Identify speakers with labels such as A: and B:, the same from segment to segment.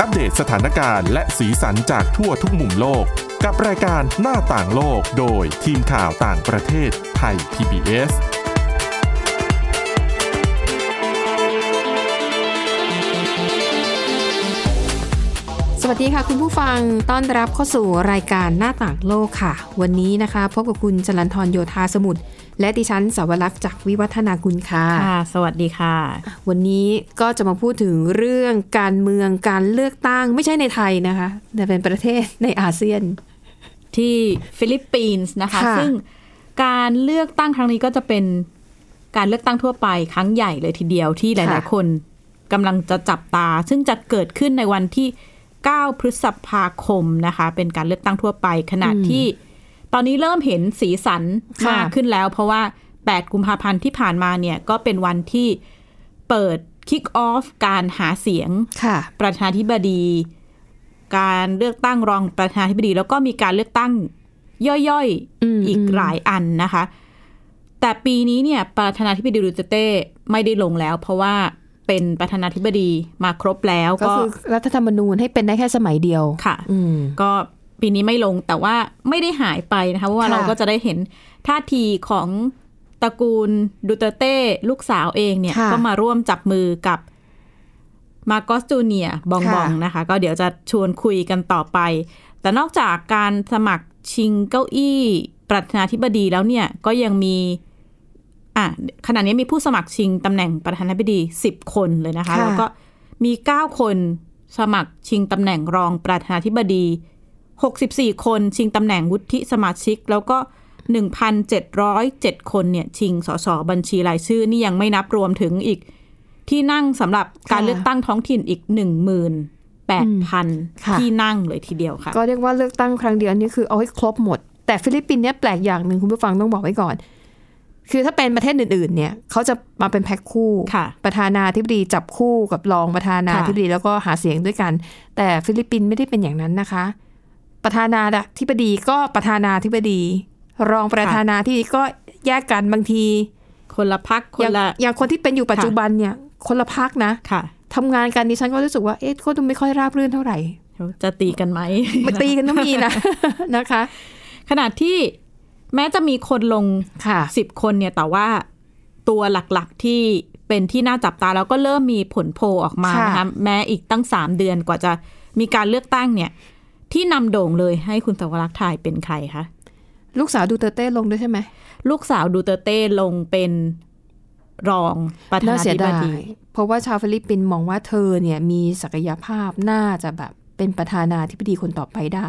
A: อัปเดตสถานการณ์และสีสันจากทั่วทุกมุมโลก กับรายการหน้าต่างโลกโดยทีมข่าวต่างประเทศไทย PBS
B: สวัสดีค่ะคุณผู้ฟังต้อนรับเข้าสู่รายการหน้าต่างโลกค่ะ วันนี้นะคะพบกับคุณจรันทรโยธาสมุทรและดิฉันสาวรักษ์จากวิวัฒนาคุณค่ะ
C: ค่ะ สวัสดีค่ะ
B: วันนี้ก็จะมาพูดถึงเรื่องการเมืองการเลือกตั้งไม่ใช่ในไทยนะคะแต่เป็นประเทศในอาเซียน
C: ที่ฟิลิปปินส์นะคะ
B: ค่ะ
C: ซึ่งการเลือกตั้งครั้งนี้ก็จะเป็นการเลือกตั้งทั่วไปครั้งใหญ่เลยทีเดียวที่หลาย ๆ คนกำลังจะจับตา ซึ่งจะเกิดขึ้นในวันที่ 9 พฤษภาคมนะคะ เป็นการเลือกตั้งทั่วไปขณะที่ ตอนนี้เริ่มเห็นสีสันมากขึ้นแล้ว เพราะว่า 8 กุมภาพันธ์ที่ผ่านมาเนี่ยก็เป็นวันที่เปิดคิกออฟการหาเสียง
B: ค่ะ
C: ประธานาธิบดี การเลือกตั้งรองประธานาธิบดี แล้วก็มีการเลือกตั้งย่อย
B: อืม
C: ๆอีกหลายอันนะคะ แต่ปีนี้เนี่ย ประธานาธิบดีดูเตเต้ไม่ได้ลงแล้ว เพราะว่าเป็นประธานาธิบดีมาครบแล้ว
B: ก็
C: ก็
B: คือรัฐธรรมนูญให้เป็นได้แค่สมัยเดียว
C: ค่ะ
B: อืม
C: ก็ปีนี้ไม่ลงแต่ว่าไม่ได้หายไปนะคะเพราะว่า
B: ค่ะ
C: เราก็จะได้เห็นท่าทีของตระกูลดูเตอร์เต้ลูกสาวเองเนี่ย
B: ค่ะ
C: ก็มาร่วมจับมือกับมาโกสจูเนียบองบอง
B: ค่ะ
C: นะคะ ก็เดี๋ยวจะชวนคุยกันต่อไป แต่นอกจากการสมัครชิงเก้าอี้ประธานาธิบดีแล้วเนี่ยก็ยังมี อ่ะขณะนี้มีผู้สมัครชิงตำแหน่งประธานาธิบดีสิบคนเลยนะคะ
B: ค่ะ
C: แล้วก็มีเก้าคนสมัครชิงตำแหน่งรองประธานาธิบดี 64 คนชิงตำแหน่งวุฒิสมาชิก แล้วก็ 1,707 คนเนี่ยชิงสสบัญชีรายชื่อ นี่ยังไม่นับรวมถึงอีก ที่นั่งสำหรับการเลือกตั้งท้องถิ่นอีก
B: ค่ะ
C: 18,000 ที่นั่งเลยทีเดียวค่ะ
B: ก็เรียกว่าเลือกตั้งครั้งเดียวนี่คือเอาให้ครบหมด แต่ฟิลิปปินส์เนี่ยแปลกอย่างหนึ่งคุณผู้ฟังต้องบอกไว้ก่อน คือถ้าเป็นประเทศอื่นๆเนี่ยเขาจะมาเป็นแพ็คคู่
C: ค่ะ
B: ประธานาธิบดีจับคู่กับรองประธานาธิบดีแล้วก็หาเสียงด้วยกัน แต่ฟิลิปปินส์ไม่ได้เป็นอย่างนั้นนะคะ ประธานาธิบดีก็ประธานาธิบดี รองประ
C: ค่ะ
B: ธานาธิบดีก็แยกกันบางที
C: คนละพักค
B: อน ย่าง
C: ละ
B: อย่างคนที่เป็นอยู่ปัจ
C: ค่ะ
B: จุบันเนี่ยคนละพักนะ
C: ค่ะ
B: ทำงานกันดิฉันก็รู้สึกว่าเอ๊ะก็ดูไม่ค่อยราบรื่นเท่าไหร่
C: จะตีกันไหม
B: มาตีกันก็มีนะ นะคะ
C: ขณะที่แม้จะมีคนลง
B: ค่ะ
C: สิบคนเนี่ยแต่ว่าตัวหลักๆที่เป็นที่น่าจับตาแล้วก็เริ่มมีผลโพลออกมา
B: ค่ะ
C: นะคะแม้อีกตั้งสามเดือนกว่าจะมีการเลือกตั้งเนี่ย ที่นำโด่งเลยให้คุณสวรักษ์ทายเป็นใครคะ
B: ลูกสาวดูเตอร์เต้ลงด้วยใช่ไหม
C: ลูกสาวดูเตอร์เต้ลงเป็นรองประธานาธิบดี
B: เพราะว่าชาวฟิลิปปินส์มองว่าเธอเนี่ยมีศักยภาพน่าจะแบบเป็นประธานาธิบดีคนต่อไปได้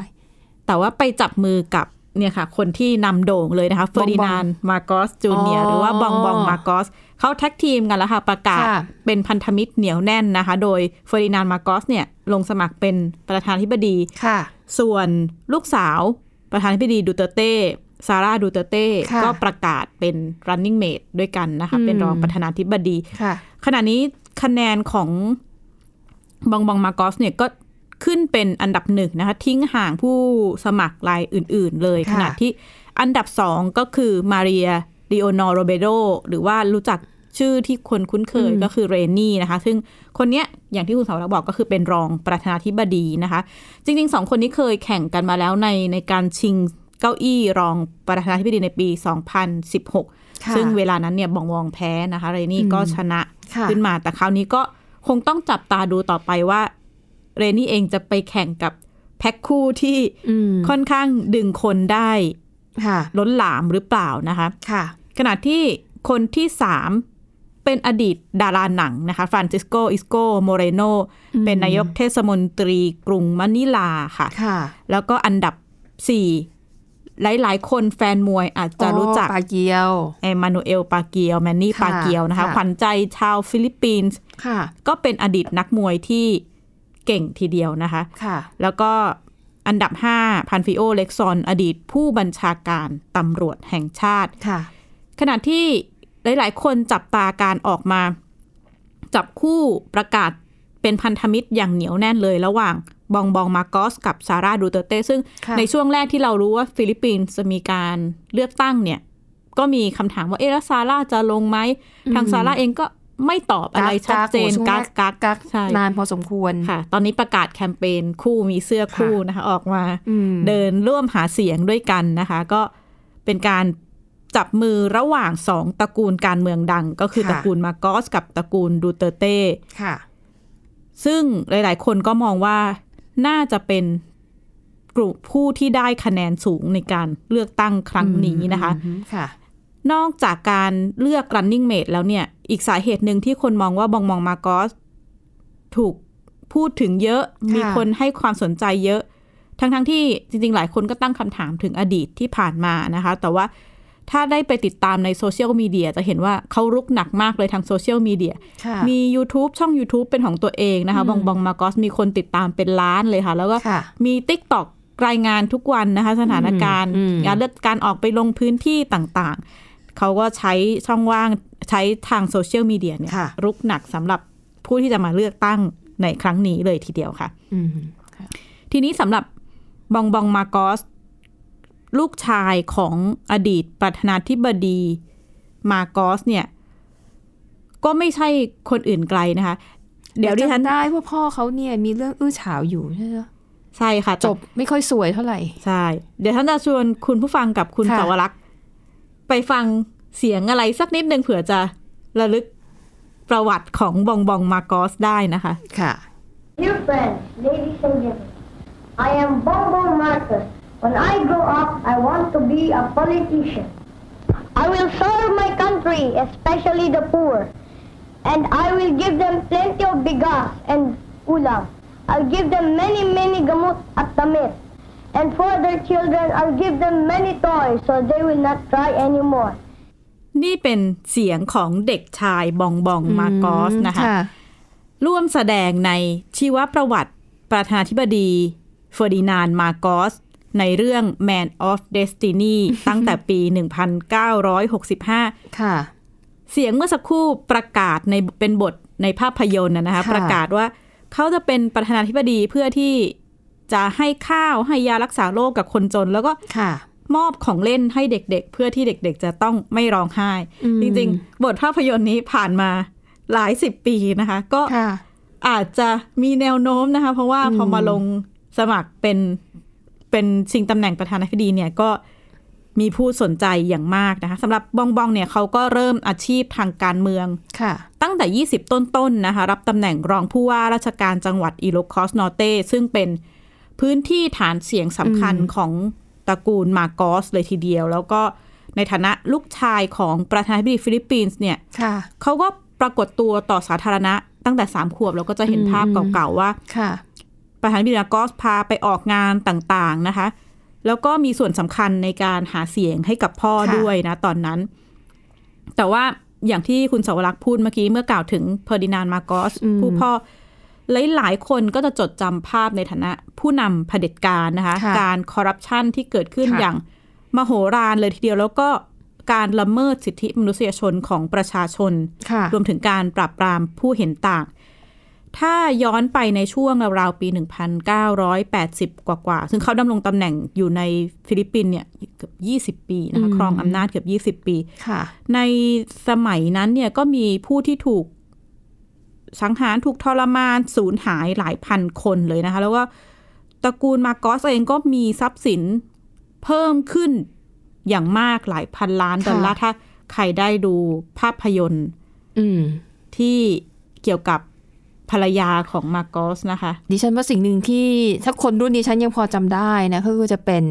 C: แต่ว่าไปจับมือกับเนี่ยค่ะ คนที่นำโด่งเลยนะคะเฟ
B: บ
C: อ
B: องบอง
C: ร์ดินานมาโกสจูเนีย
B: อ๋อ
C: หรือว่าบองบองมาโกสเขาแท็กทีมกันแล้วค่ะ ประกาศ
B: ค่ะ
C: เป็นพันธมิตรเหนียวแน่นนะคะ โดยเฟอร์ดินานมาโกสเนี่ยลงสมัครเป็นประธานาธิบดี
B: ค่ะ
C: ส่วนลูกสาวประธานาธิบดีดูเตอร์เต้ซาร่าดูเตอร์เต้
B: ค่ะ
C: ก็ประกาศเป็น running mate ด้วยกันนะคะ
B: อืม
C: เป็นรองประธานาธิบดี
B: ค่ะ
C: ขณะนี้คะแนนของบองบองมาโกสเนี่ยก็ขึ้นเป็นอันดับหนึ่งนะคะ ทิ้งห่างผู้สมัครรายอื่น ๆ เลย
B: ค่ะ
C: ขณะที่อันดับสองก็คือมาเรียดิโอนอโรเบโดหรือว่ารู้จักชื่อที่คนคุ้นเคยก็คือเรนนี่นะคะ ซึ่งคนเนี้ยอย่างที่คุณสาวรักษ์บอกก็คือเป็นรองประธานาธิบดีนะคะ จริงๆสองคนนี้เคยแข่งกันมาแล้วในในการชิงเก้าอี้รองประธานาธิบดีในปี 2016
B: ค่ะ
C: ซึ่งเวลานั้นเนี่ยบองวองแพ้นะคะ เรนนี่ก็ชนะ
B: ค่ะ
C: ขึ้นมา แต่คราวนี้ก็คงต้องจับตาดูต่อไปว่า เรนนี่เองจะไปแข่งกับแพ็คคู่ที่
B: อืม
C: ค่อนข้างดึงคนได้
B: ค่ะ
C: ล้นหลามหรือเปล่านะคะ
B: ค่ะ
C: ขณะที่คนที่สามเป็นอดีตดาราหนังนะคะฟรานซิสโกอิสโกโมเรโน
B: อืม
C: เป็นนายกเทศมนตรีกรุงมะนิลาค่ะ
B: ค่ะ
C: แล้วก็อันดับ 4 หลาย ๆ คนแฟนมวยอาจจะรู้จัก
B: อ๋อปาเกียว
C: เอมานูเอลปาเกียว แมนนี่
B: ค่ะ
C: ปาเกียวนะคะ
B: ค่ะ
C: ขวัญใจชาวฟิลิปปินส์
B: ค่ะ
C: ก็เป็นอดีตนักมวยที่เก่งทีเดียวนะคะ
B: ค่ะ
C: แล้วก็อันดับ 5 พันฟิโอเล็กซอน อดีตผู้บัญชาการตำรวจแห่งชาติ
B: ค่ะ
C: ขณะที่หลาย ๆ คนจับตาการออกมา จับคู่ประกาศเป็นพันธมิตรอย่างเหนียวแน่นเลย ระหว่างบองบองมาโกสกับซาร่าดูเตอร์เต้ซึ่ง
B: ค่ะ
C: ในช่วงแรกที่เรารู้ว่าฟิลิปปินส์จะมีการเลือกตั้งเนี่ย ก็มีคำถามว่าเอะแล้วซาร่าจะลงไหม ทางซาร่าเองก็ ไม่ตอบอะไรชัดเจน
B: กั
C: กัก
B: ก
C: กัก
B: กัก
C: ใช่
B: นานพอสมควร
C: ค่ะ ตอนนี้ประกาศแคมเปญคู่มีเสื้อคู่
B: ค่ะ
C: นะคะ ออกมา
B: อืม
C: เดินร่วมหาเสียงด้วยกันนะคะ ก็เป็นการจับมือระหว่างสองตระกูลการเมืองดัง ก็คือตระกูลมาร์กอสกับตระกูลดูเตอร์เต้
B: ค่ะ
C: ซึ่งหลาย ๆ คนก็มองว่าน่าจะเป็นกลุ่มผู้ที่ได้คะแนนสูงในการเลือกตั้งครั้งนี้นะคะ
B: อืมค่ะ
C: นอกจากการเลือก running mate แล้วเนี่ย อีกสาเหตุหนึ่งที่คนมองว่าบองมองมาร์กอสถูกพูดถึงเยอะ
B: ค่ะ
C: มีคนให้ความสนใจเยอะ ทั้งๆทที่จริง ๆ หลายคนก็ตั้งคำถามถึงอดีตที่ผ่านมานะคะ แต่ว่าถ้าได้ไปติดตามในโซเชียลมีเดียจะเห็นว่าเขารุกหนักมากเลยทางโซเชียลมีเดีย
B: ค่ะ
C: มี YouTube ช่อง YouTube เป็นของตัวเองนะคะ บองบองมาร์กอสมีคนติดตามเป็นล้านเลยค่ะ แล้วก็
B: ค่ะ
C: มี TikTok รายงานทุกวันนะคะ สถานการณ์
B: อืมอืม
C: การเลือกการออกไปลงพื้นที่ต่างๆ เขาก็ใช้ช่องว่างใช้ทางโซเชียลมีเดียเนี่ย
B: ค่ะ
C: รุกหนักสำหรับผู้ที่จะมาเลือกตั้งในครั้งนี้เลยทีเดียวค่ะ
B: อืมค่ะ
C: ทีนี้สำหรับบองบองมาร์กอส ลูกชายของอดีตประธานาธิบดีมาร์กอสเนี่ย ก็ไม่ใช่คนอื่นไกลนะคะ เดี๋ยวดิฉัน
B: จำได้ว่าพ่อเขาเนี่ยมีเรื่องอื้อฉาวอยู่ใช่ไหม
C: ใช่ค่ะ
B: จบไม่ค่อยสวยเท่าไหร่
C: ใช่ เดี๋ยวท่านจะชวนคุณผู้ฟังกับคุณ
B: ค่ะ
C: สาวรักษ์ไปฟังเสียงอะไรสักนิดหนึ่งเผื่อจะระลึกประวัติของบองบองมาร์กอสได้นะคะ
B: ค่ะ
D: Dear friends, ladies and gentlemen, I am Bombo Marcus. When I grow up, I want to be a politician. I will serve my country, especially the poor, and I will give them plenty of bigas and ulam. I'll give them many, many gamut at damit. And for their children, I'll give them many toys so they will not cry anymore.
C: นี่เป็นเสียงของเด็กชายบองบองมาร์กอสนะคะ ร่วมแสดงในชีวประวัติประธานาธิบดีเฟอร์ดินานด์มาร์กอส ในเรื่อง Man of Destiny ตั้งแต่ปี 1965
B: ค่ะ
C: เสียงเมื่อสักครู่ประกาศในเป็นบทในภาพยนตร์นะนะคะ
B: ค่ะ
C: ประกาศว่าเขาจะเป็นประธานาธิบดีเพื่อที่จะให้ข้าวให้ยารักษาโรคกับคนจน แล้วก็
B: ค่ะ
C: มอบของเล่นให้เด็กๆ เพื่อที่เด็กๆ จะต้องไม่ร้องไห้
B: อืม
C: จริงๆ บทภาพยนตร์นี้ผ่านมาหลายสิบปีนะคะ ก็
B: ค่ะ
C: อาจจะมีแนวโน้มนะคะ เพราะว่าพอมาลงสมัครเป็นเป็นชิงตำแหน่งประธานาธิบดีเนี่ยก็มีผู้สนใจอย่างมากนะคะสำหรับบองบองเนี่ยเขาก็เริ่มอาชีพทางการเมือง
B: ค่ะ
C: ตั้งแต่ 20 ต้นๆนะคะ รับตำแหน่งรองผู้ว่าราชการจังหวัดอิโลคอสนอเตซึ่งเป็นพื้นที่ฐานเสียงสำคัญของตระกูลมาโกอสเลยทีเดียว แล้วก็ในฐานะลูกชายของประธานาธิบดีฟิลิปปินส์เนี่ย
B: ค่ะ
C: เขาก็ปรากฏตัวต่อสาธารณะตั้งแต่ 3 ขวบ แล้วก็จะเห็นภาพเก่าๆว่า
B: ค่ะ
C: ประธานาธิบดีมากอสพาไปออกงานต่างๆนะคะ แล้วก็มีส่วนสำคัญในการหาเสียงให้กับพ่อ
B: ค่ะ
C: ด้วยนะตอนนั้น แต่ว่าอย่างที่คุณสวรักษ์พูดเมื่อกี้เมื่อกล่าวถึงเพอร์ดินานด์มาโกอสผู้พ่อ หลายๆคนก็จะจดจำภาพในฐานะผู้นำเผด็จการนะคะ
B: ค่ะ
C: การคอร์รัปชันที่เกิดขึ้น
B: ค่ะ
C: อย่างมโหฬารเลยทีเดียว แล้วก็การละเมิดสิทธิมนุษยชนของประชาชน
B: ค่ะ
C: รวมถึงการปราบปรามผู้เห็นต่าง ถ้าย้อนไปในช่วงราวๆปี 1980 กว่าๆ ซึ่งเขาดำรงตำแหน่งอยู่ในฟิลิปปินส์เนี่ยเกือบ 20 ปีนะคะ ครองอำนาจเกือบ 20 ปี
B: ค่ะ
C: ในสมัยนั้นเนี่ยก็มีผู้ที่ถูกสังหารถูกทรมานสูญหายหลายพันคนเลยนะคะ แล้วก็ตระกูลมาโกอสเองก็มีทรัพย์สินเพิ่มขึ้นอย่างมากหลายพันล้านดอลลาร์ถ้าใครได้ดูภาพยนตร์
B: อืม
C: ที่เกี่ยวกับภรรยาของมาโกสนะคะ
B: ดิฉันว่าสิ่งหนึ่งที่ถ้าคนรุ่นดิฉันยังพอจำได้นะก็คือจะเป็น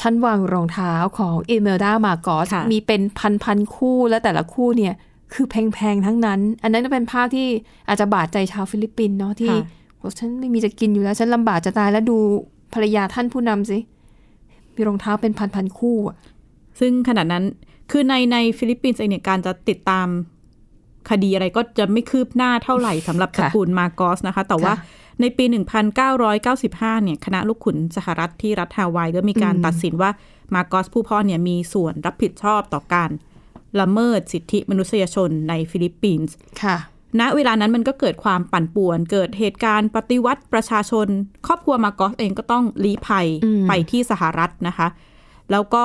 B: ชั้นวางรองเท้าของเอเมลดามาโกอส
C: ค่ะ
B: มีเป็นพันพันๆคู่และแต่ละคู่เนี่ย คือแพงๆทั้งนั้น อันนั้นเป็นภาพที่อาจจะบาดใจชาวฟิลิปปินส์เนาะที่
C: ค่ะ
B: โอ้ฉันไม่มีจะกินอยู่แล้ว ฉันลำบากจะตายแล้วดูภรรยาท่านผู้นำสิ มีรองเท้าเป็นพันพันๆคู่อะ
C: ซึ่งขณะนั้นคือในในฟิลิปปินส์เองเนี่ยการจะติดตามคดีอะไรก็จะไม่คืบหน้าเท่าไหร่สำหรับต
B: ค่ะ
C: ระกูลมาโกสนะคะ แต่ว่า
B: ค่ะ
C: ในปี 1995 เนี่ยคณะลูกขุนสหรัฐที่รัฐฮาวายก็มีการ
B: อืม
C: ตัดสินว่ามาโกสผู้พ่อเนี่ยมีส่วนรับผิดชอบต่อการละเมิดสิทธิมนุษยชนในฟิลิปปินส์
B: ค่ะ
C: ณเวลานั้นมันก็เกิดความปั่นป่วน เกิดเหตุการณ์ปฏิวัติประชาชน ครอบครัวมาร์กอสเองก็ต้องลี้ภัย
B: อืม
C: ไปที่สหรัฐนะคะ แล้วก็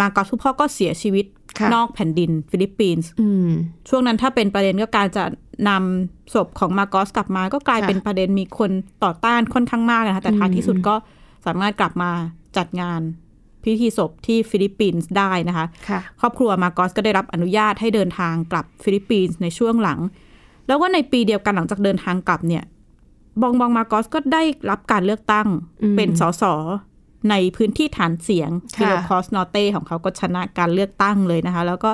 C: มาร์กอสผู้พ่อก็เสียชีวิต
B: ค่ะ
C: นอกแผ่นดินฟิลิปปินส์
B: อืม
C: ช่วงนั้นถ้าเป็นประเด็นก็การจะนำศพของมาร์กอสกลับมา ก็กลาย
B: ค่ะ
C: เป็นประเด็นมีคนต่อต้านค่อนข้างมากนะคะแต่ท้าย
B: อืม
C: ที่สุดก็สามารถกลับมาจัดงานพิธีศพที่ฟิลิปปินส์ได้นะคะ
B: ค่ะ
C: ครอบครัวมาร์กอสก็ได้รับอนุญาตให้เดินทางกลับฟิลิปปินส์ในช่วงหลัง แล้วก็ในปีเดียวกันหลังจากเดินทางกลับเนี่ย บองบองมาร์กอสก็ได้รับการเลือกตั้ง
B: อืม
C: เป็นสสในพื้นที่ฐานเสียง
B: ค่ะ
C: ฟิโลคอสนอเต้ของเขาก็ชนะการเลือกตั้งเลยนะคะ แล้วก็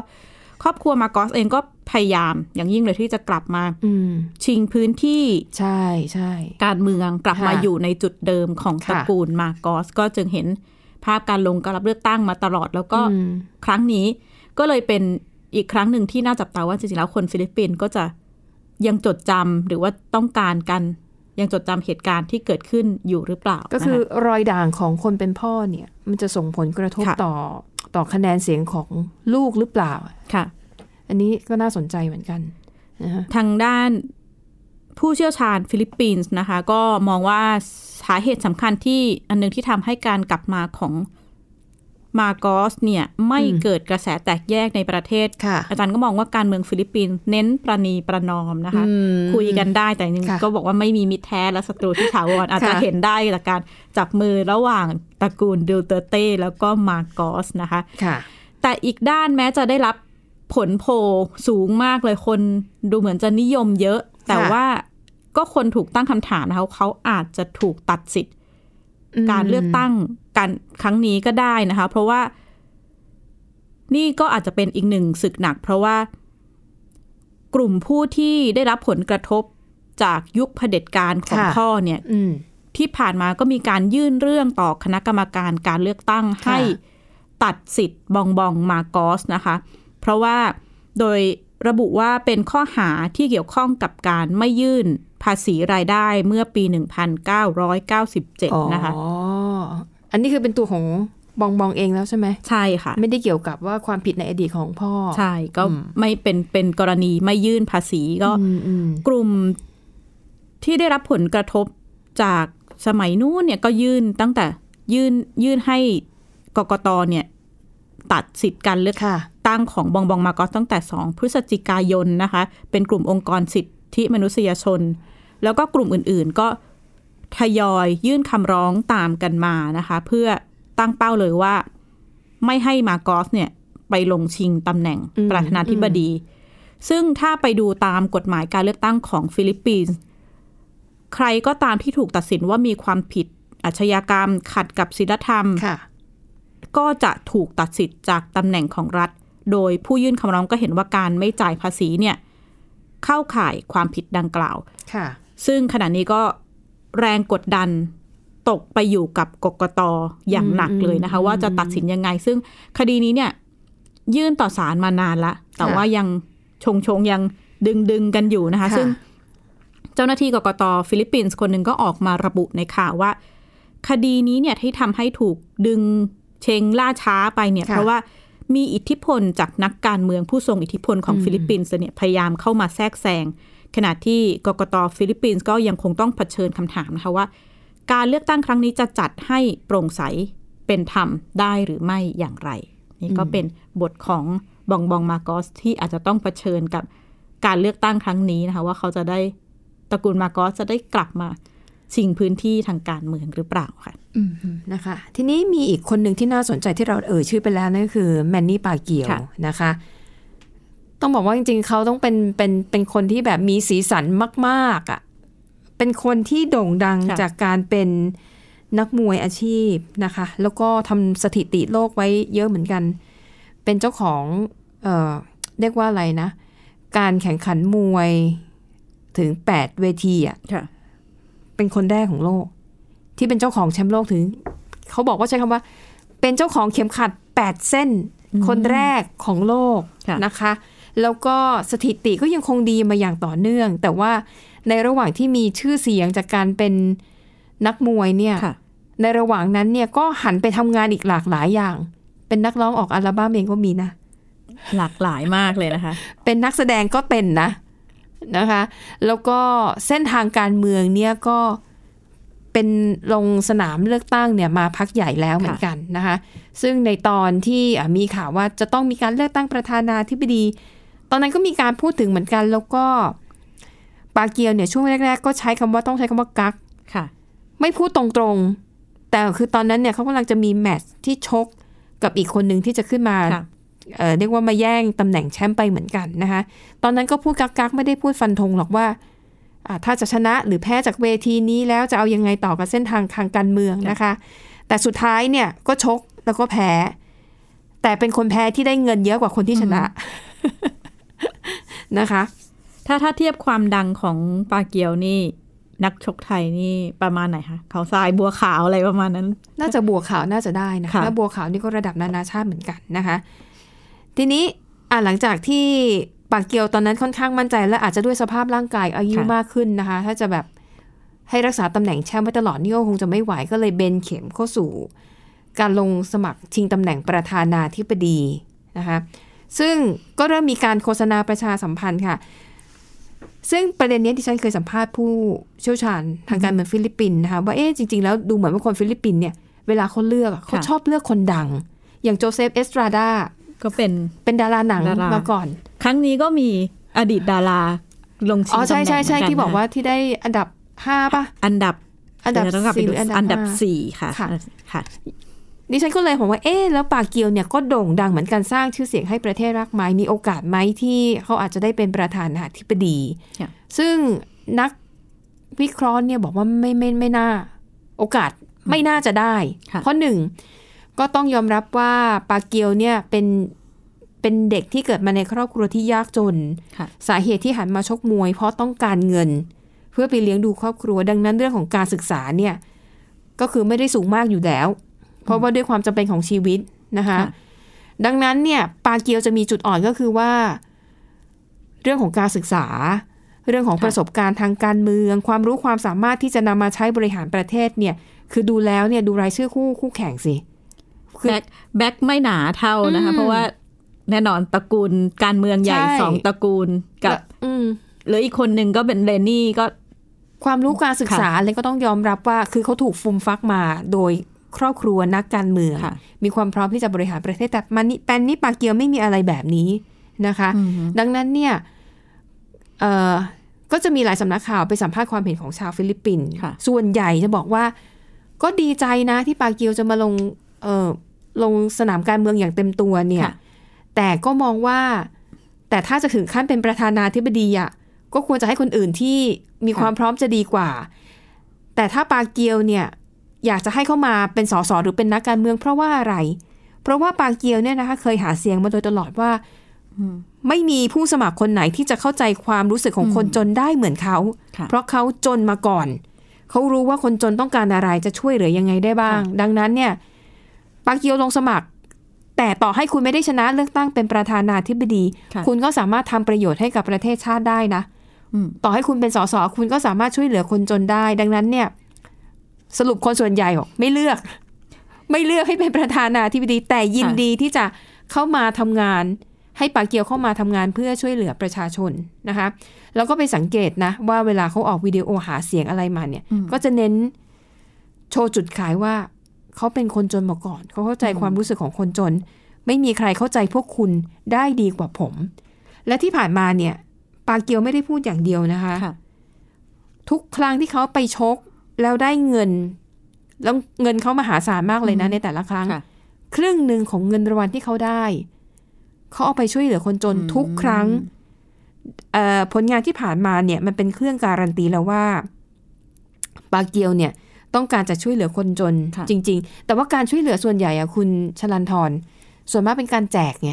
C: ครอบครัวมาร์กอสเองก็พยายามอย่างยิ่งเลยที่จะกลับมา
B: อืม
C: ชิงพื้นที่
B: ใช่ใช่
C: การเมืองกลับ
B: ค่ะ
C: มาอยู่ในจุดเดิมของ
B: ค่ะ
C: ตระกูลมาร์กอส ก็จึงเห็นภาพการลงการรับเลือกตั้งมาตลอด แล้วก็
B: อืม
C: ครั้งนี้ก็เลยเป็นอีกครั้งหนึ่งที่น่าจับตาว่าจริงๆแล้วคนฟิลิปปินส์ก็จะยังจดจำหรือว่าต้องการกันยังจดจำเหตุการณ์ที่เกิดขึ้นอยู่หรือเปล่า
B: ก็คือ
C: นะะ
B: รอยด่างของคนเป็นพ่อเนี่ย มันจะส่งผลกระทบ
C: ค่ะ
B: ต่อต่อคะแนนเสียงของลูกหรือเปล่า
C: ค่ะ
B: อันนี้ก็น่าสนใจเหมือนกันนะคะ
C: ทางด้านผู้เชี่ยวชาญฟิลิปปินส์นะคะ ก็มองว่าสาเหตุสำคัญที่อันหนึงที่ทำให้การกลับมาของมาโกสเนี่ยไม่
B: อืม
C: เกิดกระแสแตกแยกในประเทศ
B: ค่ะ
C: อาจารย์ก็มองว่าการเมืองฟิลิปปินส์เน้นประนีประนอมนะคะ
B: อืม
C: คุยกันได้แต่จริงๆ
B: ค่ะ
C: ก็บอกว่าไม่มีมิตรแท้และศัตรูที่ถาวรอาจจะ
B: ค่ะ
C: เห็นได้จากการจับมือระหว่างตระกูลดูเตอร์เต้แล้วก็มาโกสนะคะ
B: ค่ะ
C: แต่อีกด้านแม้จะได้รับผลโพลสูงมากเลยคนดูเหมือนจะนิยมเยอะ แต่
B: ค่ะ
C: ว่าก็คนถูกตั้งคำถามนะคะว่าเขาอาจจะถูกตัดสิทธิ์
B: อืม
C: การเลือกตั้งการครั้งนี้ก็ได้นะคะ เพราะว่านี่ก็อาจจะเป็นอีกหนึ่งศึกหนัก เพราะว่ากลุ่มผู้ที่ได้รับผลกระทบจากยุคเผด็จการของ
B: ค่ะ
C: พ่อเนี่ย
B: อืม
C: ที่ผ่านมาก็มีการยื่นเรื่องต่อคณะกรรมการการเลือกตั้ง
B: ค่ะ
C: ให้ตัดสิทธิ์บองบองมาโกสนะคะ เพราะว่าโดยระบุว่าเป็นข้อหาที่เกี่ยวข้องกับการไม่ยื่นภาษีรายได้เมื่อปี 1997 นะคะ
B: อ๋อ อันนี้คือเป็นตัวของบองบองเองแล้วใช่ไหม
C: ใช่ค่ะ
B: ไม่ได้เกี่ยวกับว่าความผิดในอดีตของพ่อ
C: ใช่ก็ไม่เป็นเป็นกรณีไม่ยื่นภาษีก็
B: อืมอืม
C: กลุ่มที่ได้รับผลกระทบจากสมัยนู้นเนี่ยก็ยื่นตั้งแต่ยื่นยื่นให้กกตเนี่ยตัดสิทธิ์การเลือก
B: ค่ะ
C: ตั้งของบองบองมาก็ตั้งแต่ 2 พฤศจิกายนนะคะ เป็นกลุ่มองค์กรสิทธิมนุษยชน แล้วก็กลุ่มอื่นๆก็ทยอยยื่นคำร้องตามกันมานะคะ เพื่อตั้งเป้าเลยว่า ไม่ให้มาโกอสเนี่ยไปลงชิงตำแหน่ง
B: อืม
C: ประธานาธิบดี ซึ่งถ้าไปดูตามกฎหมายการเลือกตั้งของฟิลิปปินส์ใครก็ตามที่ถูกตัดสินว่ามีความผิดอาชญากรรม ขัดกับศีลธรรม
B: ค่ะ
C: ก็จะถูกตัดสิทธิ์จากตำแหน่งของรัฐ โดยผู้ยื่นคำร้องก็เห็นว่าการไม่จ่ายภาษีเนี่ยเข้าข่ายความผิดดังกล่าว
B: ค่ะ
C: ซึ่งขณะนี้ก็แรงกดดันตกไปอยู่กับกกตอย่างหนักเลยนะคะ ว่าจะตัดสินยังไง ซึ่งคดีนี้เนี่ย ยื่นต่อศาลมานานละแต่
B: ค่ะ
C: ว่ายังชงชงๆยังดึงดึงๆกันอยู่นะคะ ซึ่ง เจ้าหน้าที่กกตฟิลิปปินส์คนหนึ่งก็ออกมาระบุในข่าวว่า คดีนี้เนี่ยที่ทำให้ถูกดึงเชงล่าช้าไปเนี่ย
B: ค่ะ
C: เพราะว่ามีอิทธิพลจากนักการเมืองผู้ทรงอิทธิพลของฟิลิปปินส์เนี่ยพยายามเข้ามาแทรกแซงขณะที่กกตฟิลิปปินส์ก็ยังคงต้องเผชิญคำถามนะคะว่า การเลือกตั้งครั้งนี้จะจัดให้โปร่งใสเป็นธรรมได้หรือไม่อย่างไร นี่ก็เป็นบทของบองบองมาโกสที่อาจจะต้องเผชิญกับการเลือกตั้งครั้งนี้นะคะ ว่าเขาจะได้ ตระกูลมาโกสจะได้กลับมาชิงพื้นที่ทางการเมืองหรือเปล่าค่ะ
B: นะคะ ทีนี้มีอีกคนหนึ่งที่น่าสนใจที่เราเอ่ยชื่อไปแล้วนั่นก็คือแมนนี่ปาเกียว
C: ค่ะ
B: นะคะ ต้องบอกว่าจริงๆ เขาต้องเป็นเป็นเป็นคนที่แบบมีสีสันมากๆอะ่ะ เป็นคนที่โด่งดัง
C: ค่ะ
B: จากการเป็นนักมวยอาชีพนะคะ แล้วก็ทำสถิติโลกไว้เยอะเหมือนกัน เป็นเจ้าของเอ่อเรียกว่าอะไรนะ การแข่งขันมวยถึง 8 เวทีอ่ะ
C: ค่ะ
B: เป็นคนแรกของโลก ที่เป็นเจ้าของแชมป์โลกถึง เขาบอกว่าใช้คำว่า เป็นเจ้าของเข็มขัด 8 เส้น คนแรกของโลก
C: ค่ะ
B: นะคะ แล้วก็สถิติก็ยังคงดีมาอย่างต่อเนื่อง แต่ว่าในระหว่างที่มีชื่อเสียงจากการเป็นนักมวยเนี่ย
C: ค่ะ
B: ในระหว่างนั้นเนี่ยก็หันไปทำงานอีกหลากหลายอย่าง เป็นนักร้องออกอัลบั้มเองก็มีนะ
C: หลากหลายมากเลยนะคะ
B: เป็นนักแสดงก็เป็นนะนะคะ แล้วก็เส้นทางการเมืองเนี่ยก็เป็นลงสนามเลือกตั้งเนี่ยมาพักใหญ่แล้วเหมือนกันนะคะ ซึ่งในตอนที่อ่ะมีข่าวว่าจะต้องมีการเลือกตั้งประธานาธิบดี ตอนนั้นก็มีการพูดถึงเหมือนกัน แล้วก็ปาเกียวเนี่ยช่วงแรก ๆ ก็ใช้คำว่าต้องใช้คำว่ากัก
C: ค่ะ
B: ไม่พูดตรงๆ แต่คือตอนนั้นเนี่ยเขากำลังจะมีแมตช์ที่ชกกับอีกคนหนึ่งที่จะขึ้นมา
C: ค่ะ
B: เอ่อเรียกว่ามาแย่งตำแหน่งแชมป์ไปเหมือนกันนะคะ ตอนนั้นก็พูดกักๆ ไม่ได้พูดฟันธงหรอกว่าอ่า ถ้าจะชนะหรือแพ้จากเวทีนี้แล้วจะเอายังไงต่อกับเส้นทางทางการเมืองนะคะ แต่สุดท้ายเนี่ยก็ชกแล้วก็แพ้ แต่เป็นคนแพ้ที่ได้เงินเยอะกว่าคนที่ชนะนะคะ
C: ถ้าถ้าเทียบความดังของปาเกียวนี่ นักชกไทยนี่ประมาณไหนคะเขาทรายบัวขาวอะไรประมาณนั้น
B: น่าจะบัวขาวน่าจะได้นะ
C: ค่ะ
B: แล้วบัวขาวนี่ก็ระดับนานาชาติเหมือนกันนะคะ ทีนี้อ่ะหลังจากที่ปากเกียวตอนนั้นค่อนข้างมั่นใจและอาจจะด้วยสภาพร่างกายอายุมากขึ้นนะคะ ถ้าจะแบบให้รักษาตำแหน่งแชมป์ไว้ตลอดนี่ก็คงจะไม่ไหวก็เลยเบนเข็มเข้าสู่ การลงสมัครชิงตำแหน่งประธานาธิบดีนะคะ ซึ่งก็เริ่มมีการโฆษณาประชาสัมพันธ์ค่ะ ซึ่งประเด็นเนี้ยที่ฉันเคยสัมภาษณ์ผู้เชี่ยวชาญทางการเมืองฟิลิปปินส์นะคะว่าเอ๊ะจริง ๆ แล้วดูเหมือนว่าคนฟิลิปปินส์เนี่ยเวลาเขาเลือกอะเขา
C: ค่ะ
B: ชอบเลือกคนดัง อย่างโจเซฟเอสตราดา
C: ก็เป็น
B: เป็นดาราหนัง
C: ดารา
B: มาก่อน
C: ครั้งนี้ก็มีอดีตดาราลงชิง
B: อ๋อ
C: ตำแหน่ง
B: ใช่ใช่ใช่
C: เหมืนน
B: ที่บอกว่า
C: นะ
B: ที่ได้อันดับห้าป่ะ
C: อันดับ
B: อันดับ
C: เยวเรากลัไป
B: สี่ห
C: ดู
B: รืออันดับ
C: อันดับ
B: ห้า
C: สี่ค่ะ
B: ค่ะ
C: ค่ะ
B: ดิฉันก็เลยบอกว่า เอ๊ะ แล้วปาเกียวเนี่ยก็โด่งดังเหมือนกันสร้างชื่อเสียงให้ประเทศรักไหมมีโอกาสไหมที่เขาอาจจะได้เป็นประธานาธิบดี
C: ค่ะ
B: ซึ่งนักวิเคราะห์เนี่ยบอกว่าไม่ไม่ไม่น่า โอกาสไม่น่าจะได้
C: ค่ะ
B: เพราะหนึ่งก็ต้องยอมรับว่าปาเกียวเนี่ยเป็นเป็นเด็กที่เกิดมาในครอบครัวที่ยากจน
C: ค่ะ
B: สาเหตุที่หันมาชกมวย เพราะต้องการเงิน เพื่อไปเลี้ยงดูครอบครัว ดังนั้นเรื่องของการศึกษาเนี่ย ก็คือไม่ได้สูงมากอยู่แล้ว เพราะว่าด้วยความจำเป็นของชีวิตนะคะ
C: ค่ะ
B: ดังนั้นเนี่ยปาเกียวจะมีจุดอ่อนก็คือว่า เรื่องของการศึกษา เรื่องของ
C: ค่ะ
B: ประสบการณ์ทางการเมือง ความรู้ความสามารถที่จะนำมาใช้บริหารประเทศเนี่ย คือดูแล้วเนี่ยดูรายชื่อคู่คู่แข่งสิ คือ
C: แบ็คแบ็คไม่หนาเท่านะคะ
B: อืม
C: เพราะว่าแน่นอนตระกูลการเมืองใหญ่
B: ใช่
C: สองตระกูลกับ
B: อืม
C: หรืออีกคนหนึ่งก็เป็นเลนี่ก็
B: ความรู้การศึกษาอะไรก็ต้องยอมรับว่า คือเขาถูกฟุมฟักมาโดยครอบครัวนักการเมือง
C: ค่ะ
B: มีความพร้อมที่จะบริหารประเทศแต่มันนี่แปนนี่ปาเกียวไม่มีอะไรแบบนี้นะคะ ดังนั้นเนี่ยเอ่อก็จะมีหลายสำนักข่าวไปสัมภาษณ์ความเห็นของชาวฟิลิปปินส์
C: ค่ะ
B: ส่วนใหญ่จะบอกว่า ก็ดีใจนะที่ปาเกียวจะมาลงเอ่อลงสนามการเมืองอย่างเต็มตัวเนี่ย
C: ค่ะ
B: แต่ก็มองว่า แต่ถ้าจะถึงขั้นเป็นประธานาธิบดีอ่ะก็ควรจะให้คนอื่นที่มี
C: ค่ะ
B: ความพร้อมจะดีกว่า แต่ถ้าปาเกียวเนี่ย อยากจะให้เข้ามาเป็นสสหรือเป็นนักการเมืองเพราะว่าอะไร เพราะว่าปาเกียวเนี่ยนะคะเคยหาเสียงมาโดยตลอดว่า ไม่มีผู้สมัครคนไหนที่จะเข้าใจความรู้สึกของคนจนได้เหมือนเขา
C: ค่ะ
B: เพราะเขาจนมาก่อน เขารู้ว่าคนจนต้องการอะไรจะช่วยเหลือยังไงได้บ้าง ดังนั้นเนี่ยปาเกียวลงสมัคร แต่ต่อให้คุณไม่ได้ชนะเลือกตั้งเป็นประธานาธิบดี
C: ค่ะ
B: คุณก็สามารถทำประโยชน์ให้กับประเทศชาติได้นะ
C: อืม
B: ต่อให้คุณเป็นสสคุณก็สามารถช่วยเหลือคนจนได้ ดังนั้นเนี่ย สรุปคนส่วนใหญ่บอกไม่เลือก ไม่เลือกให้เป็นประธานาธิบดี แต่ยินดีที่จะเข้ามาทำงาน ให้ปาเกียวเข้ามาทำงานเพื่อช่วยเหลือประชาชนนะคะ แล้วก็ไปสังเกตนะ ว่าเวลาเขาออกวิดีโอหาเสียงอะไรมาเนี่ย ก็จะเน้นโชว์จุดขายว่า เขาเป็นคนจนมาก่อน เขาเข้าใจความรู้สึกของคนจน ไม่มีใครเข้าใจพวกคุณได้ดีกว่าผม และที่ผ่านมาเนี่ย ปาเกียวไม่ได้พูดอย่างเดียวนะคะ
C: ค่ะ
B: ทุกครั้งที่เขาไปชกแล้วได้เงิน แล้วเงินเขามหาศาลมากเลยนะในแต่ละครั้ง
C: ค่ะ
B: ครึ่งหนึ่งของเงินรางวัลที่เขาได้ เขาเอาไปช่วยเหลือคนจนทุกครั้งเอ่อผลงานที่ผ่านมาเนี่ย มันเป็นเครื่องการันตีแล้วว่าปาเกียวเนี่ย ต้องการจะช่วยเหลือคนจน
C: ค่ะ
B: จริง ๆ แต่ว่าการช่วยเหลือส่วนใหญ่อะคุณชลันทรส่วนมากเป็นการแจกไง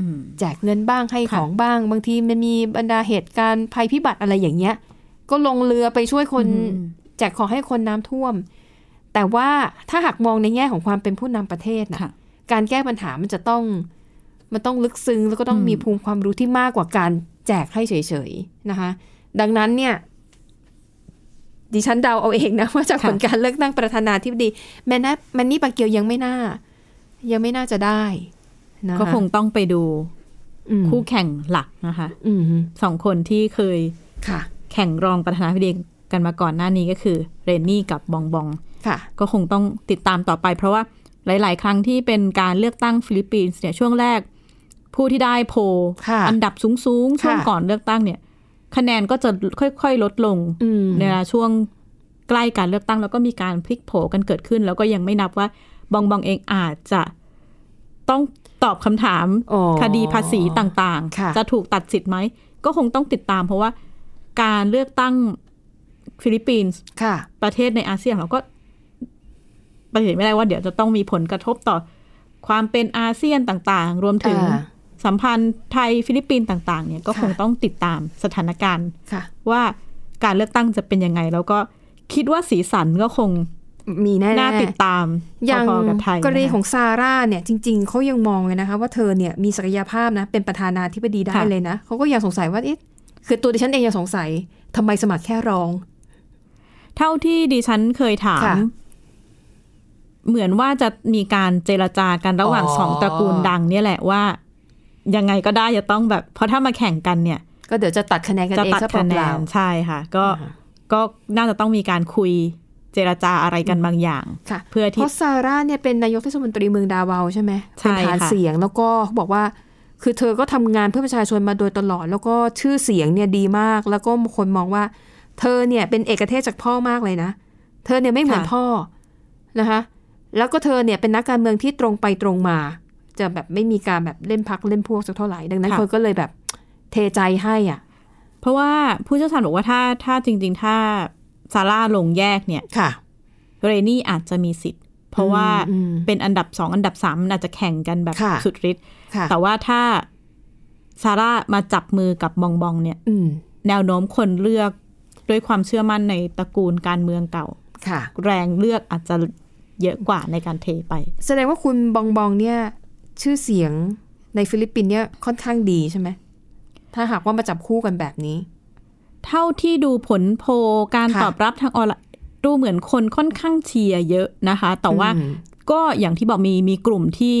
C: อืม
B: แจกเงินบ้างให้ข
C: ค่ะ
B: องบ้าง บางทีมันมีบรรดาเหตุการณ์ภัยพิบัติอะไรอย่างเงี้ย ก็ลงเรือไปช่วยคน แจกของให้คนน้ำท่วม แต่ว่าถ้าหากมองในแง่ของความเป็นผู้นำประเทศนะ
C: ค่ะ
B: การแก้ปัญหามันจะต้อง มันต้องลึกซึ้งแล้วก็ต้อง
C: อืม
B: มีภูมิความรู้ที่มากกว่าการแจกให้เฉยๆนะคะ ดังนั้นเนี่ย ดิฉันเดาเอาเองนะ ว่าจากผลการเลือกตั้งประธานาธิบดี แมนะแมนนี่ปาเกียวยังไม่น่า ยังไม่น่าจะได้นะ
C: ก็คงต้องไปดู
B: อืม
C: คู่แข่งหลักนะคะ
B: อืม
C: สองคนที่เคย
B: ค่ะ
C: แข่งรองประธานาธิบดีกันมาก่อนหน้านี้ก็คือ เรนนี่กับบองบอง
B: ค่ะ
C: ก็คงต้องติดตามต่อไป เพราะว่า หลาย ๆ ครั้งที่เป็นการเลือกตั้งฟิลิปปินส์เนี่ยช่วงแรก ผู้ที่ได้โพล
B: ค่ะ
C: อันดับสูง ๆ ช่วง
B: ค่ะ
C: ก่อนเลือกตั้งเนี่ย คะแนนก็จะค่อย ๆ ลดลง
B: อืม
C: ในเวลาช่วงใกล้การเลือกตั้ง แล้วก็มีการพลิกโผกันเกิดขึ้น แล้วก็ยังไม่นับว่าบองบองเองอาจจะต้องตอบคำถาม
B: อ๋อ
C: คดีภาษีต่าง
B: ค่ะ
C: ๆ จะถูกตัดสิทธิ์ไหม ก็คงต้องติดตามเพราะว่าการเลือกตั้งฟิลิปปินส์
B: ค่ะ
C: ประเทศในอาเซียนเราก็ปฏิเสธไม่ได้ว่าเดี๋ยวจะต้องมีผลกระทบต่อความเป็นอาเซียนต่างๆ รวมถึง
B: อ่า
C: สัมพันธ์ไทยฟิลิปปินส์ต่างๆ เนี่ยก็
B: ค่ะ
C: คงต้องติดตามสถานการณ์
B: ค่ะ
C: ว่าการเลือกตั้งจะเป็นยังไง แล้วก็คิดว่าสีสันก็คง
B: มีแน่
C: น่าติดตาม
B: อย่าง
C: พอๆกับไทย
B: กรณี
C: นะคะ
B: ของซาร่าเนี่ยจริง ๆเขายังมองเลยนะคะ ว่าเธอเนี่ยมีศักยภาพนะ เป็นประธานาธิบดีได้
C: ค่ะ
B: เลยนะเขาก็ยังสงสัยว่าเอ๊ะคือตัวดิฉันเองยังสงสัยทำไมสมัครแค่รอง
C: เท่าที่ดิฉันเคยถาม
B: ค่ะ
C: เหมือนว่าจะมีการเจรจากันระหว่าง
B: อ๋อ
C: สองตระกูลดัง เนี่ยแหละว่า ยังไงก็ได้จะต้องแบบ เพราะถ้ามาแข่งกันเนี่ย
B: ก็เดี๋ยวจะตัดคะแนนกัน
C: จะ
B: เอง
C: ตัด
B: ซะเป
C: คะแน
B: ล่าน
C: ใช่ค่ะ ก็ก็น่าจะต้องมีการคุยเจรจาอะไรกันบางอย่าง
B: ๆค่ะ
C: เพื่อ
B: เพ
C: ที่
B: ราะซาร่าเนี่ยเป็นนายกเทศมนตรีเมืองดาวาวใช่ไหม
C: ใช่
B: เป็นฐาน
C: ค่ะ
B: เสียงแล้วก็เขาบอกว่า คือเธอก็ทำงานเพื่อประชาชนมาโดยตลอด แล้วก็ชื่อเสียงเนี่ยดีมาก แล้วก็คนมองว่า เธอเนี่ยเป็นเอกเทศจากพ่อมากเลยนะ เธอเนี่ยไม่เหมือนพ่อนะคะ แล้วก็เธอเนี่ยเป็นนักการเมืองที่ตรงไปตรงมา จะแบบไม่มีการแบบเล่นพักเล่นพวกสักเท่าไหร่ดังนั้น
C: ค่ะ
B: คนก็เลยแบบเทใจให้อ่ะ
C: เพราะว่าผู้เชี่ยวชาญบอกว่าถ้าถ้าจริง ๆ ถ้าซาร่าลงแยกเนี่ย
B: ค่ะ
C: เรนี่อาจจะมีสิทธิ์ เพราะว่า
B: อืมอืม
C: เป็นอันดับสองอันดับสามมันอาจจะแข่งกันแบบ
B: ค่ะ
C: สุดฤทธิ์
B: ค่ะ
C: แต่ว่าถ้าซาร่ามาจับมือกับบองบองเนี่ย
B: อืม
C: แนวโน้มคนเลือกด้วยความเชื่อมั่นในตระกูลการเมืองเก่า
B: ค่ะ
C: แรงเลือกอาจจะเยอะกว่าในการเทไป
B: แสดงว่าคุณบองบองเนี่ย ชื่อเสียงในฟิลิปปินส์เนี่ยค่อนข้างดีใช่ไหม ถ้าหากว่ามาจับคู่กันแบบนี้
C: เท่าที่ดูผลโพลการ
B: ค่ะ
C: ตอบรับทางออนไลน์ดูเหมือนคนค่อนข้างเชียร์เยอะนะคะ แต่ว่า
B: อืม
C: ก็อย่างที่บอกมีมีกลุ่มที่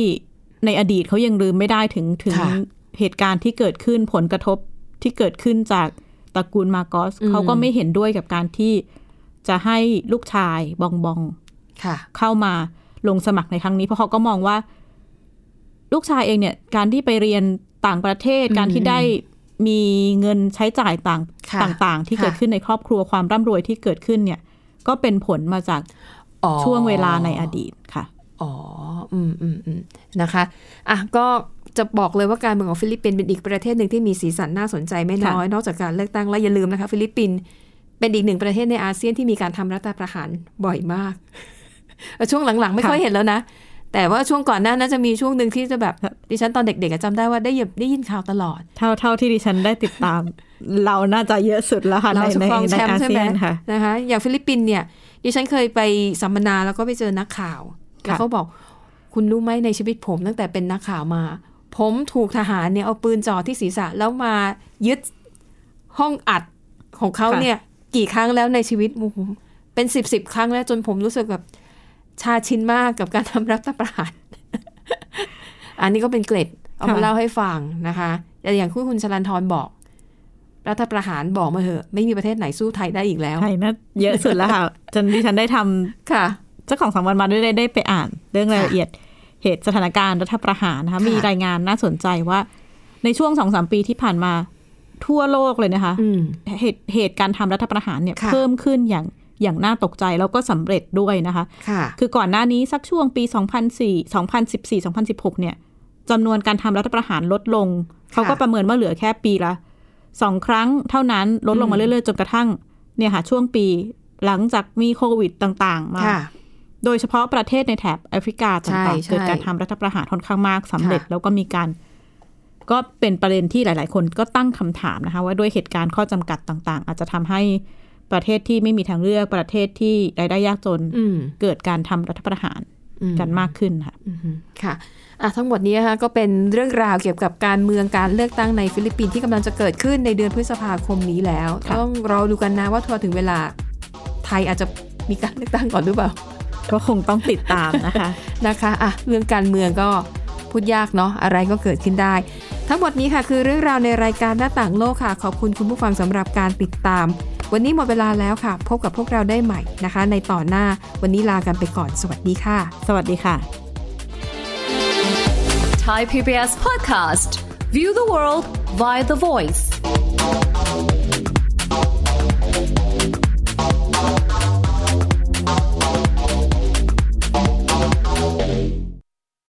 C: ในอดีตเขายังลืมไม่ได้ถึงถึง
B: ค่ะ
C: เหตุการณ์ที่เกิดขึ้นผลกระทบที่เกิดขึ้นจากตระกูลมาโกส
B: อืม
C: เขาก็ไม่เห็นด้วยกับการที่จะให้ลูกชายบองบอง
B: ค่ะ
C: เข้ามาลงสมัครในครั้งนี้ เพราะเขาก็มองว่า ลูกชายเองเนี่ย การที่ไปเรียนต่างประเทศ
B: อืม
C: การที่ได้มีเงินใช้จ่ายต่าง
B: ค่ะ
C: ต่างๆ ที่
B: ค่ะ
C: เกิดขึ้นในครอบครัวความร่ำรวยที่เกิดขึ้นเนี่ย ก็เป็นผลมาจาก
B: อ๋อ
C: ช่วงเวลาในอดีตค่ะ
B: อ๋อ อืมอืมอืมนะคะ อ่ะ ก็จะบอกเลยว่าการเมืองของฟิลิปปินส์เป็นอีกประเทศหนึ่งที่มีสีสันน่าสนใจไม่น้อย นอกจากการเลือกตั้งแล้วอย่าลืมนะคะ ฟิลิปปินส์เป็นอีกหนึ่งประเทศในอาเซียนที่มีการทำรัฐประหารบ่อยมาก ช่วงหลังๆ ไม่
C: ค่ะ
B: ค่อยเห็นแล้วนะ แต่ว่าช่วงก่อนหน้าน่าจะมีช่วงหนึ่งที่จะแบบ
C: ครับ
B: ดิฉันตอนเด็กๆอะจำได้ว่าได้ยินได้ยินข่าวตลอด
C: เท่าเท่าที่ดิฉันได้ติดตาม เราน่าจะเยอะสุดแล้วค่ะใน
B: เราจะ
C: ใน
B: ครอง
C: ใน
B: แชม
C: อา
B: ป์ใช่
C: เซี
B: ไหม
C: ยนค่ะ
B: นะคะ อย่างฟิลิปปินส์เนี่ยดิฉันเคยไปสัมมนาแล้วก็ไปเจอนักข่าวแล้ว
C: ค่ะ
B: เขาบอก คุณรู้ไหมในชีวิตผมตั้งแต่เป็นนักข่าวมา ผมถูกทหารเนี่ยเอาปืนจ่อที่ศีรษะแล้วมายึดห้องอัดของเขา
C: ค่ะ
B: เนี่ย กี่ครั้งแล้วในชีวิตโอ้โหเป็นสิบสิบครั้งแล้วจนผมรู้สึกแบบชาชินมากกับการทำรัฐประหาร อันนี้ก็เป็นเกร็ด เอามาเล่าให้ฟังนะคะแต่อย่างที่คุณชลันทรบอก รัฐประหารบอกมาเหอะ ไม่มีประเทศไหนสู้ไทยได้อีกแล้ว
C: ไทยน่าเยอะสุดแล้วค่ะ จนดิฉันได้ทำ
B: ค่ะ
C: เจ้าของสามวันมาด้วยได้ได้ไปอ่าน เรื่องรายละเอียดเหตุสถานการณ์รัฐประหารนะคะ
B: ค่ะ
C: มีรายงานน่าสนใจว่า ในช่วงสองสามปีที่ผ่านมาทั่วโลกเลยนะคะ
B: อืม
C: เหตุเหตุการณ์ทำรัฐประหารเนี่ย
B: ค่ะ
C: เพิ่มขึ้นอย่างอย่างน่าตกใจแล้วก็สำเร็จด้วยนะคะ
B: ค่ะ
C: คือก่อนหน้านี้สักช่วงปี 2004 2014 2016 เนี่ยจำนวนการทำรัฐประหารลดลง เขาก็ประเมินว่าเหลือแค่ปีละสองครั้งเท่านั้นลดลงมาเรื่อยๆ จนกระทั่งเนี่ยค่ะช่วงปีหลังจากมีโควิดต่างๆมา
B: ค่ะ
C: โดยเฉพาะประเทศในแถบแอฟริกา
B: ใช่
C: ต่างๆ
B: ใช่
C: เกิดการทำรัฐประหารค่อนข้างมากสำเร็จ
B: ค่ะ
C: แล้วก็มีการ ก็เป็นประเด็นที่หลาย ๆ คนก็ตั้งคำถามนะคะ ว่าด้วยเหตุการณ์ข้อจำกัดต่าง ๆ อาจจะทำให้ประเทศที่ไม่มีทางเลือกประเทศที่รายได้ยากจน
B: อืม
C: เกิดการทำรัฐประหารกันมากขึ้นค่ะ
B: อืมค่ะอ่ะ ทั้งหมดนี้นะคะก็เป็นเรื่องราวเกี่ยวกับการเมืองการเลือกตั้งในฟิลิปปินส์ที่กำลังจะเกิดขึ้นในเดือนพฤษภาคมนี้แล้ว
C: ค่ะ
B: ต้องรอดูกันนะว่าทัวถึงเวลาไทยอาจจะมีการเลือกตั้งก่อนหรือเปล่า
C: ก็คงต้องติดตาม นะคะ
B: นะคะอ่ะเรื่องการเมืองก็พูดยากเนาะอะไรก็เกิดขึ้นได้ ทั้งหมดนี้ค่ะคือเรื่องราวในรายการหน้าต่างโลกค่ะ ขอบคุณคุณผู้ฟังสำหรับการติดตาม วันนี้หมดเวลาแล้วค่ะ พบกับพวกเราได้ใหม่นะคะ ในต่อนหน้าวันนี้ลากันไปก่อน สวัสดีค่ะ
C: สวัสดีค่ะ
E: Thai PBS podcast. View the world via the voice.